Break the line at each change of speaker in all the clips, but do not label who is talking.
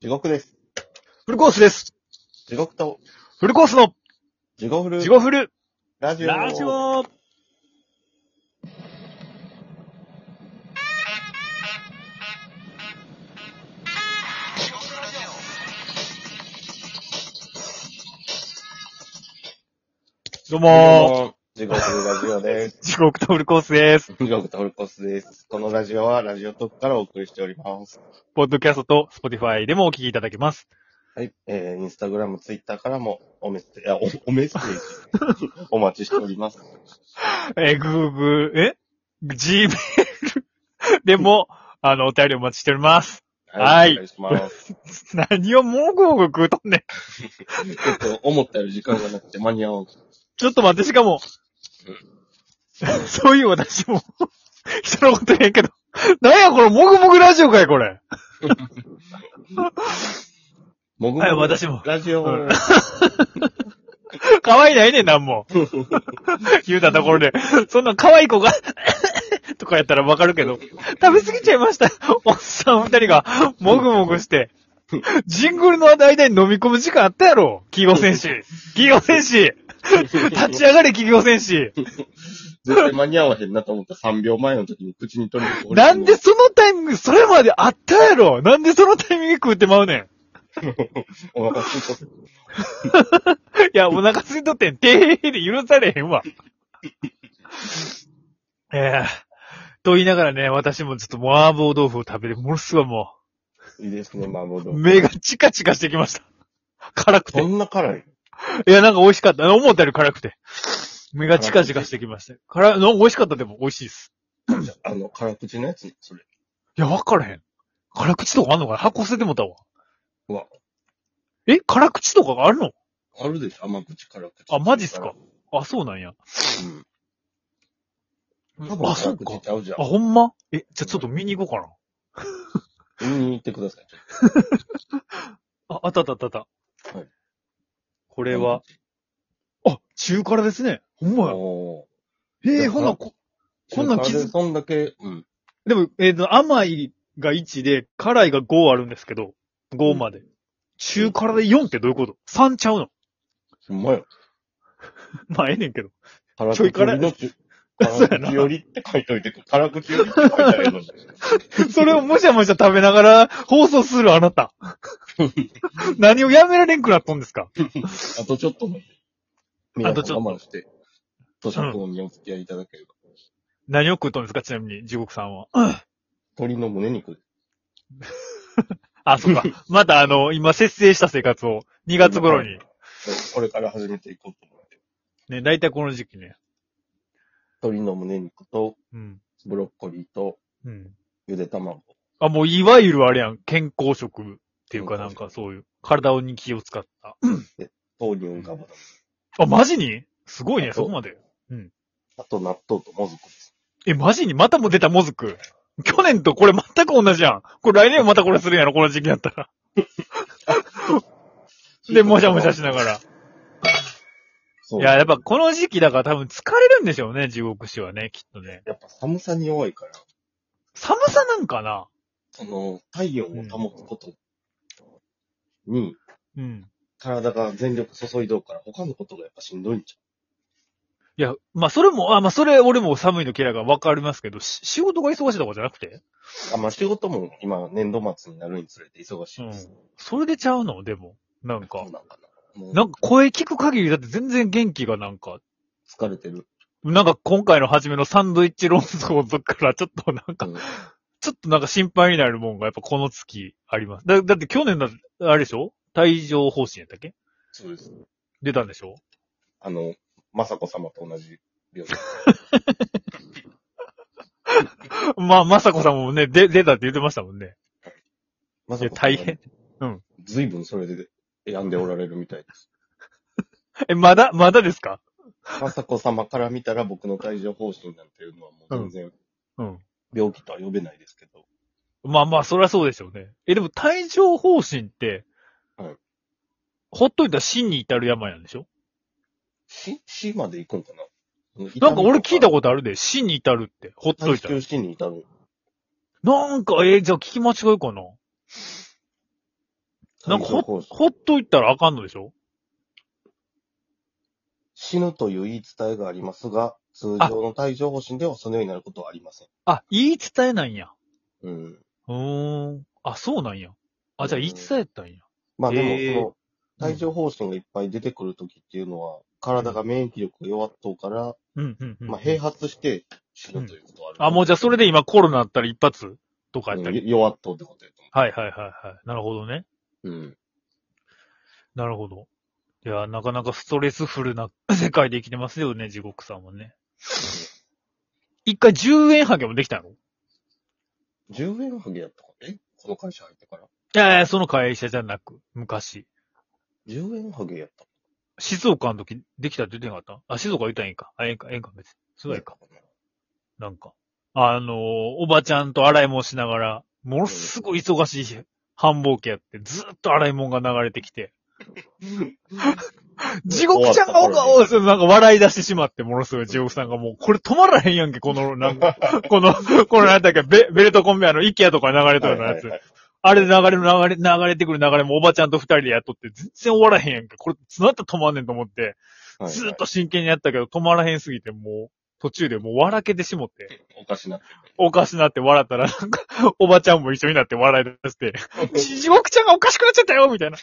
地獄です。
フルコースです。
地獄と、
フルコースの、
地獄フル
ジゴフル、
ラジオ。
ラジオどうもー、
地獄フルラジオです。
地獄とフルコースです。
地獄とフルコスです。このラジオはラジオトークからお送りしております。
ポッドキャストと Spotify でもお聞きいただけます。
はい。えー、インスタグラム、ツイッターからもおメッセージ、あおおメッセージ、 お待ちしております。
えー、Google、え ?Gmail でも、あの、お便りお待ちしております。はい
お願いします。
何をもうごうごう食うとんねん。
ちょっと思ったより時間がなくて間に合おう。
ちょっと待って、しかも、そういう私も、 人のこと言えんけど、なんやこれ、もぐもぐラジオかい、これ。
もぐもぐ
はい、私も。
ラジオ、
うん可愛いないねん、なんも。言うたところで、そんな可愛い子が、 とかやったらわかるけど、食べ過ぎちゃいました。おっさん二人が、もぐもぐして、ジングルの間に飲み込む時間あったやろ。企業戦士。企業戦士。立ち上がれ、企業戦士。
絶対間に合わへんなと思った3秒前の時に口に取り込
なんでそのタイミング、それまであったやろなんでそのタイミングで食うてまうねん。
お腹すいとっ
いや、お腹空いとってん。てへへで許されへ んわ。ええと言いながらね、私もちょっと麻婆豆腐を食べて、ものすごいも
ていいですね、麻婆豆
う、
腐。
目がチカチカしてきました。辛くて
そ。んな辛い
いや、なんか美味しかった。思ったより辛くて。目がチカチカしてきました。辛い、なんか美味しかったでも美味しいです。
あの、辛口のやつそれ。
いや、わからへん。辛口とかあんのかな箱捨ててもたわ。
うわ。
え、辛口とかがあるの
あるでしょ甘口辛口。
あ、マジっすか。あ、そうなんや。
うん。多分
あ、そう
辛口
か。
ちゃうじゃん
あ、。ほんまえ、じゃあちょっと見に行こうか
見
な。
に行ってください。
あ、あったあったあったあった。
はい
これは、あ、中辛ですね。ほんまや。
お
ええ
いや
ほんな
あ
らこ、こんなん気づ
そんだけ、うん。
でも、えっ、と、甘いが1で、辛いが5あるんですけど、5まで。中辛で4ってどういうこと ?3 ちゃうの
ほんまよ。
まあ、ええねんけど。
辛
ちょい
口よ
辛い
りの中、
そうや
辛
な
口よりって書いといて、辛口よりって書いてある の。
それをもしゃもしゃ食べながら放送するあなた。 何をやめられんくなったんですか
あとちょっとね。皆
あとち
さ
ょっ
ん
と
我慢して、咀嚼音にお付き合いいただければ。
何を食うとんですかちなみに、地獄さんは。
鶏の胸肉。
あ、 そうか。またあの、今、節制した生活を2月頃に。
これから始めていこうと思って。
ね、大体この時期ね。
鶏の胸肉と、
うん。
ブロッコリーと、
うん。
ゆで卵。
あ、もういわゆるあれやん。健康食っていうか
健
な
康
ん
食
かそういう、体に気を使った。
豆乳がまだ。
あ、マジにすごいね、
あそ
そうこまで。
あと納豆ともずくです。
え、マジにまたも出たもずく。去年とこれ全く同じやん。これ来年もまたこれするんやろ、この時期やったら。で、もしゃもしゃしながら。
そう。
いや、やっぱこの時期だから多分疲れるんでしょうね、地獄師はね、きっとね。
やっぱ寒さに弱いから、
寒さなんかな
その、体温を保つことに、
うん。
体が全力注いどうから、他のことがやっぱしんどいんち
いや、まあそれも、あ、まあそれ俺も寒いの嫌いがわかりますけど、し仕事が忙しいとかじゃなくて
ゃうあ、まあ、仕事も今、年度末になるにつれて忙しいです。
それでちゃうのでも。なんか
そう。なんかな。もう、
なんか声聞く限りだって全然元気がなんか、
疲れてる。
なんか今回の初めのサンドイッチ論争からちょっとなん
う
か、
ん
ちょっとなんか心配になるもんがやっぱこの月あります。だだって去年だ、あれでしょ帯状方針やったっけ
そうです。
出たんでしょ
あの、まさこ様と同じ病気。
まあ、まさこさんもね、で、出たって言ってましたもんね。
ま
い
さ
や、
こ
大変。。
随分それで病んでおられるみたいです。
え、まだ、まだですか
まさこ様から見たら僕の帯状方針なんていうのはもう全然
うん。
病気とは呼べないですけど。
まあまあ、そりゃそうでしょうね。え、でも帯状方針って、
はい
ほっといたら死に至る病なんでしょ
死、死まで行くんかな
なんか俺聞いた
こ
ことあるで、死に至るって、ほっと
最
いたら。
終死に至る。
なんか、えーじゃあ聞き間違いかななんかほ、
三条法師
ほっといたらあかんのでしょ
死ぬという言い伝えがありますが、通常の帯状方針ではそのようになることはありません。
あ、言い伝えなんや。
うん。
うーん。あ、そうなんや。あ、じゃあ言い伝えやったんや。
まあで
へー
も、その、帯状方針がいっぱい出てくるときっていうのは、体が免疫力が弱っとうから、
うん、うん、うん。
まあ併発して死ぬということはある。
あ、もうじゃあそれで今コロナあったら一発とかやった
う
り。
ん弱っとうってことやと
はいはいはいはい。なるほどね。
思う。うん。
なるほど。いや、なかなかストレスフルな世界で生きてますよね、地獄さんはね。一回10円ハゲもできたのい
10円ハゲやったからえこの会社入ってから。
やいや、その会社じゃなく、昔。
10円ハゲやった。
静岡の時できたって言ってなかったあ、静岡言ったらええんか。あ、ええんか、ええんか、別に。そうやんか。。なんか。あのーおばちゃんと洗い物しながら、ものすごい忙しい繁忙期やって、ずーっと洗い物が流れて きて、地獄ちゃんがおかおそうなんか笑い出してしまって、ものすごい地獄さんがもう、これ止まらへんやんけ、この、 なんか、この、このなんだっけ、ベベルトコンベアの IKEA とかに流れとるようなや
はい
つ。
はいはい
あれで流れる流れ、流れてくる流れもおばちゃんと二人でやっとって、全然終わらへんやんけ。これ、つなったら止まんねんと思って、
はいはい
ずーっと真剣にやったけど、止まらへんすぎて、もう、途中でもう笑けてしもって。
おかしなって
おかしなって笑ったら、なんか、おばちゃんも一緒になって笑い出して、地獄ちゃんがおかしくなっちゃったよみたいな。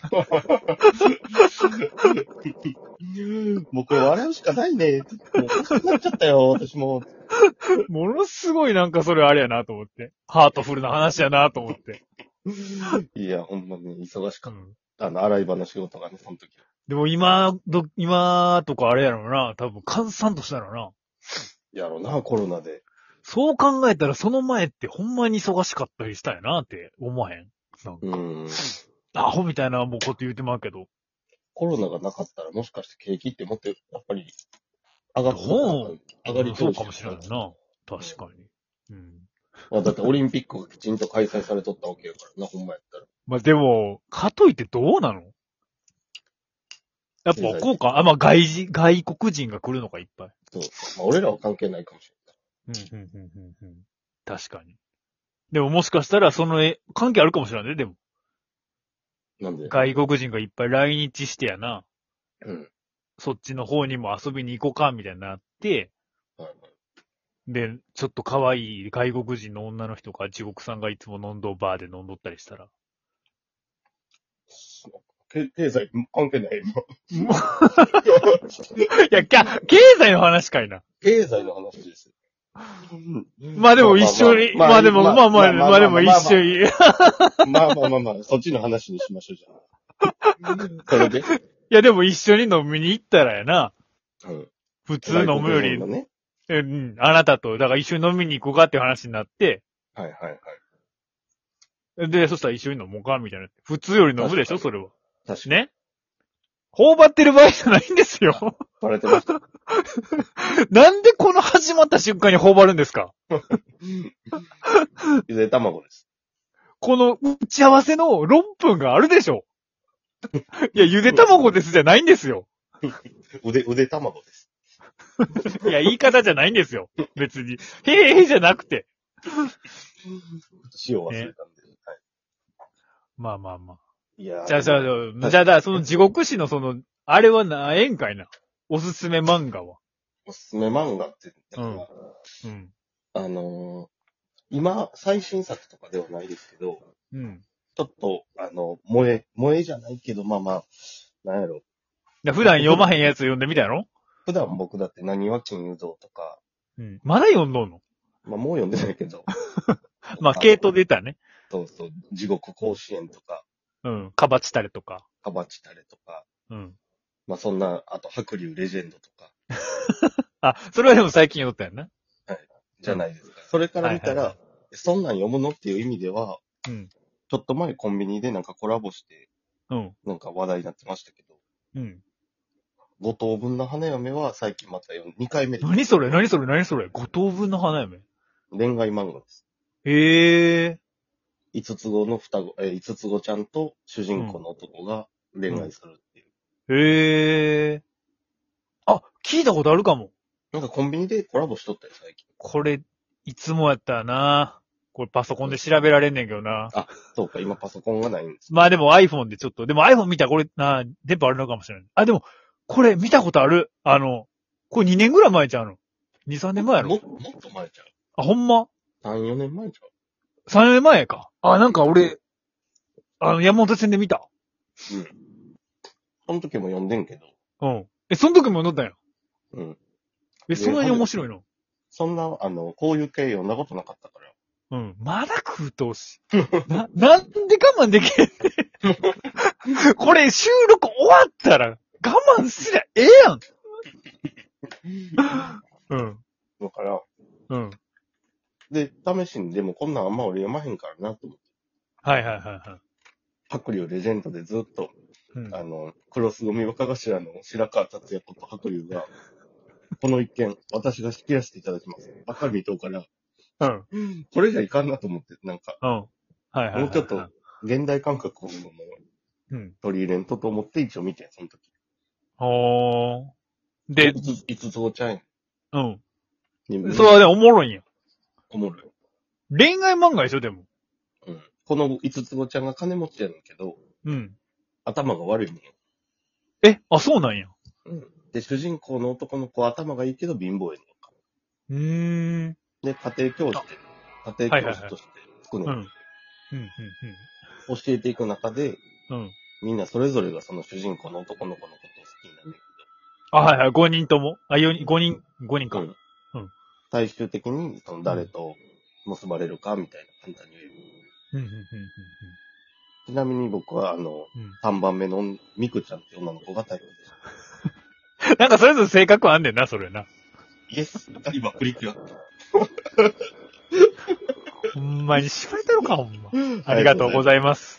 る。 もうこれ笑うしかないね。もうおかしくなっちゃったよ、私も。
ものすごいなんかそれあれやなと思って。ハートフルな話やなと思って。
いや、ほんまに忙し
う
かっ
ん
た。あの、洗い場の仕事がね、その時は。
でも今、ど、今とかあれやろな、多分、閑散としたらな。
やろうな、コロナで。
そう考えたらその前ってほんまに忙しかったりしたんやなって思わへん。なんか、
うん。
アホみたいなもうこと言うてまうけど。
コロナがなかったら、もしかして景気ってもっと、やっぱり、上がって
ど
上がり
そ
調
う
子
かもしれないな。確かに。うん。
まあだってオリンピックがきちんと開催されとったわけやからな、ほんまやったら。
まあ、でも、かといってどうなのやっぱこうか。あ、まあ、外人、外国人が来るのか、いっぱい。
そう。まあ俺らは関係ないかもしれない。
うん、うん、うん、うん。確かに。でももしかしたら、その、え関係あるかもしれないね、でも。
なんで。
外国人がいっぱい来日してやな。
うん。
そっちの方にも遊びに行こうか、みたいになって、
はいはい
で、ちょっと可愛い外国人の女の人か、地獄さんがいつも飲んどうバーで飲んどったりした ら。
け経済関係ない。今
いや、きゃ経済の話かいな。
経済の話です。
まあでも一緒に、まあでも、まあまあ、まあでも一緒に。
まあまあまあまあ、そっちの話にしましょうじゃあ。それで、
いや、でも一緒に飲みに行ったらやな。
うん、
普通飲むより、
ね。
うん、あなたと、だから一緒に飲みに行こうかっていう話になって、
はいはいはい。
で、そしたら一緒に飲もうか、みたいな。普通より飲むでしょ、そ
確
れは。
確かに。
ね頬張ってる場合じゃないんで すよ。
バレてま した。
なんでこの始まった瞬間に頬張るんですか
ゆで卵です。
この打ち合わせの6分があるで しょ。いや、ゆで卵ですじゃないんで すよ。
腕、腕卵です。
いや、言い方じゃないんですよ。別に。へーへーじゃなくて。
塩忘れたんで。は
まあまあまあ。
い、いやー
じゃあ、じゃあ、じゃあ、じゃあだからその地獄史のその、あれはな、ええんかいな。おすすめ漫画は。
おすすめ漫画って、
うんうん。
あのー今、最新作とかではないですけど、
うん。
ちょっと、あの、萌え、萌えじゃないけど、まあまあ、なんやろ。
だ普段読まへんやつ読んでみたやろ
普段僕だって何は金融道とか、
うん。まだ読んどんの。
まあもう読んでないけど
まあ、系統で言ったらね。
そうそう、地獄甲子園とか、
うん。かばちたれとか。
カバチタレとか、
うん。
まあそんな、あと白龍レジェンドとか、
あ、それはでも最近読ったやんな。
じゃないですか。それから見たら、
はいはい
そんなん読むのっていう意味では、
うん。
ちょっと前コンビニでなんかコラボして、
うん。
なんか話題になってましたけど、
うん。
五等分の花嫁は最近また読ん2回目で
何それ何それ何それ五等分の花嫁。
恋愛漫画です。
へえ。
五つ子の双子、えー五つ子ちゃんと主人公の男が恋愛するっていう。
へえ。あ、聞いたことあるかも。
なんかコンビニでコラボしとったよ、最近。
これ、いつもやったらな。これパソコンで調べられんねんけどな。
そうか、今パソコンがないんです。
まあでも iPhone でちょっと、でも iPhone 見たらこれ、な、電波あるのかもしれない。あ、でも、これ見たことある。あの、これ2年ぐらい前ちゃうの ?2、3年前やろ
ももっと前ちゃ
あ、ほんま
う。3、4年前ちゃ
?3 年前か。あ、なんか俺、あの、山手線で見
う。
た。
その時も読んでんけど。
うん。え、その時も乗ったんや。
うん。
え、そんなに面白いの
そんな、あの、こういう系読んだことなかったから。
うん。まだ食うとうし。 な、なんで我慢できへんねん これ収録終わったら我慢すりゃええ やん。うん。
だから、
うん。
で、試しに、でもこんなんあんま俺読まへんからなと思って。
はいはいはいは
白龍レジェンドでずっと、
い。うん
あの、クロス組若頭の白川達也こと白龍が、この一件、私が仕切らせていただきます。明るい党から、
うん。
これじゃいかんなと思って、なんか、
うん。はいはいはいはい。
もうちょっと。、現代感覚をもう
うん。
取り入れんとと思って一応見てん、その時。
ほー。で、
いつ、いつぞちゃん
うん。
に、
それはね、おもろいんや。
おもろい。
恋愛漫画でしょ、でも。
うん。この五つ子ちゃんが金持ちやねんけど、
うん。
頭が悪いねんよ。
え、あ、そうなんや。
で、主人公の男の子は頭がいいけど貧乏やねんか。
うーん。
で、家庭教師で、家庭教師としてつくねん
うん。うん、うん、
教えていく中で、
うん。うん。
みんなそれぞれがその主人公の男の子のことを好きになるんだ
あ、はいはい、5人とも。あ、4人、5人、5人
けど、
か。
う
うん
ん。最終的にその誰と結ばれるかみたいな簡単に言える。
うん、うん、
ちなみに僕はあの、
うん。うん
3番目のミクちゃんって女の子がタイプでした。
なんかそれぞれ性格あんねんな、それな。
イエス、今プリキュ
ほんまに縛れてるか、ほんま。
ア。
ありがとうご
い
ざいます。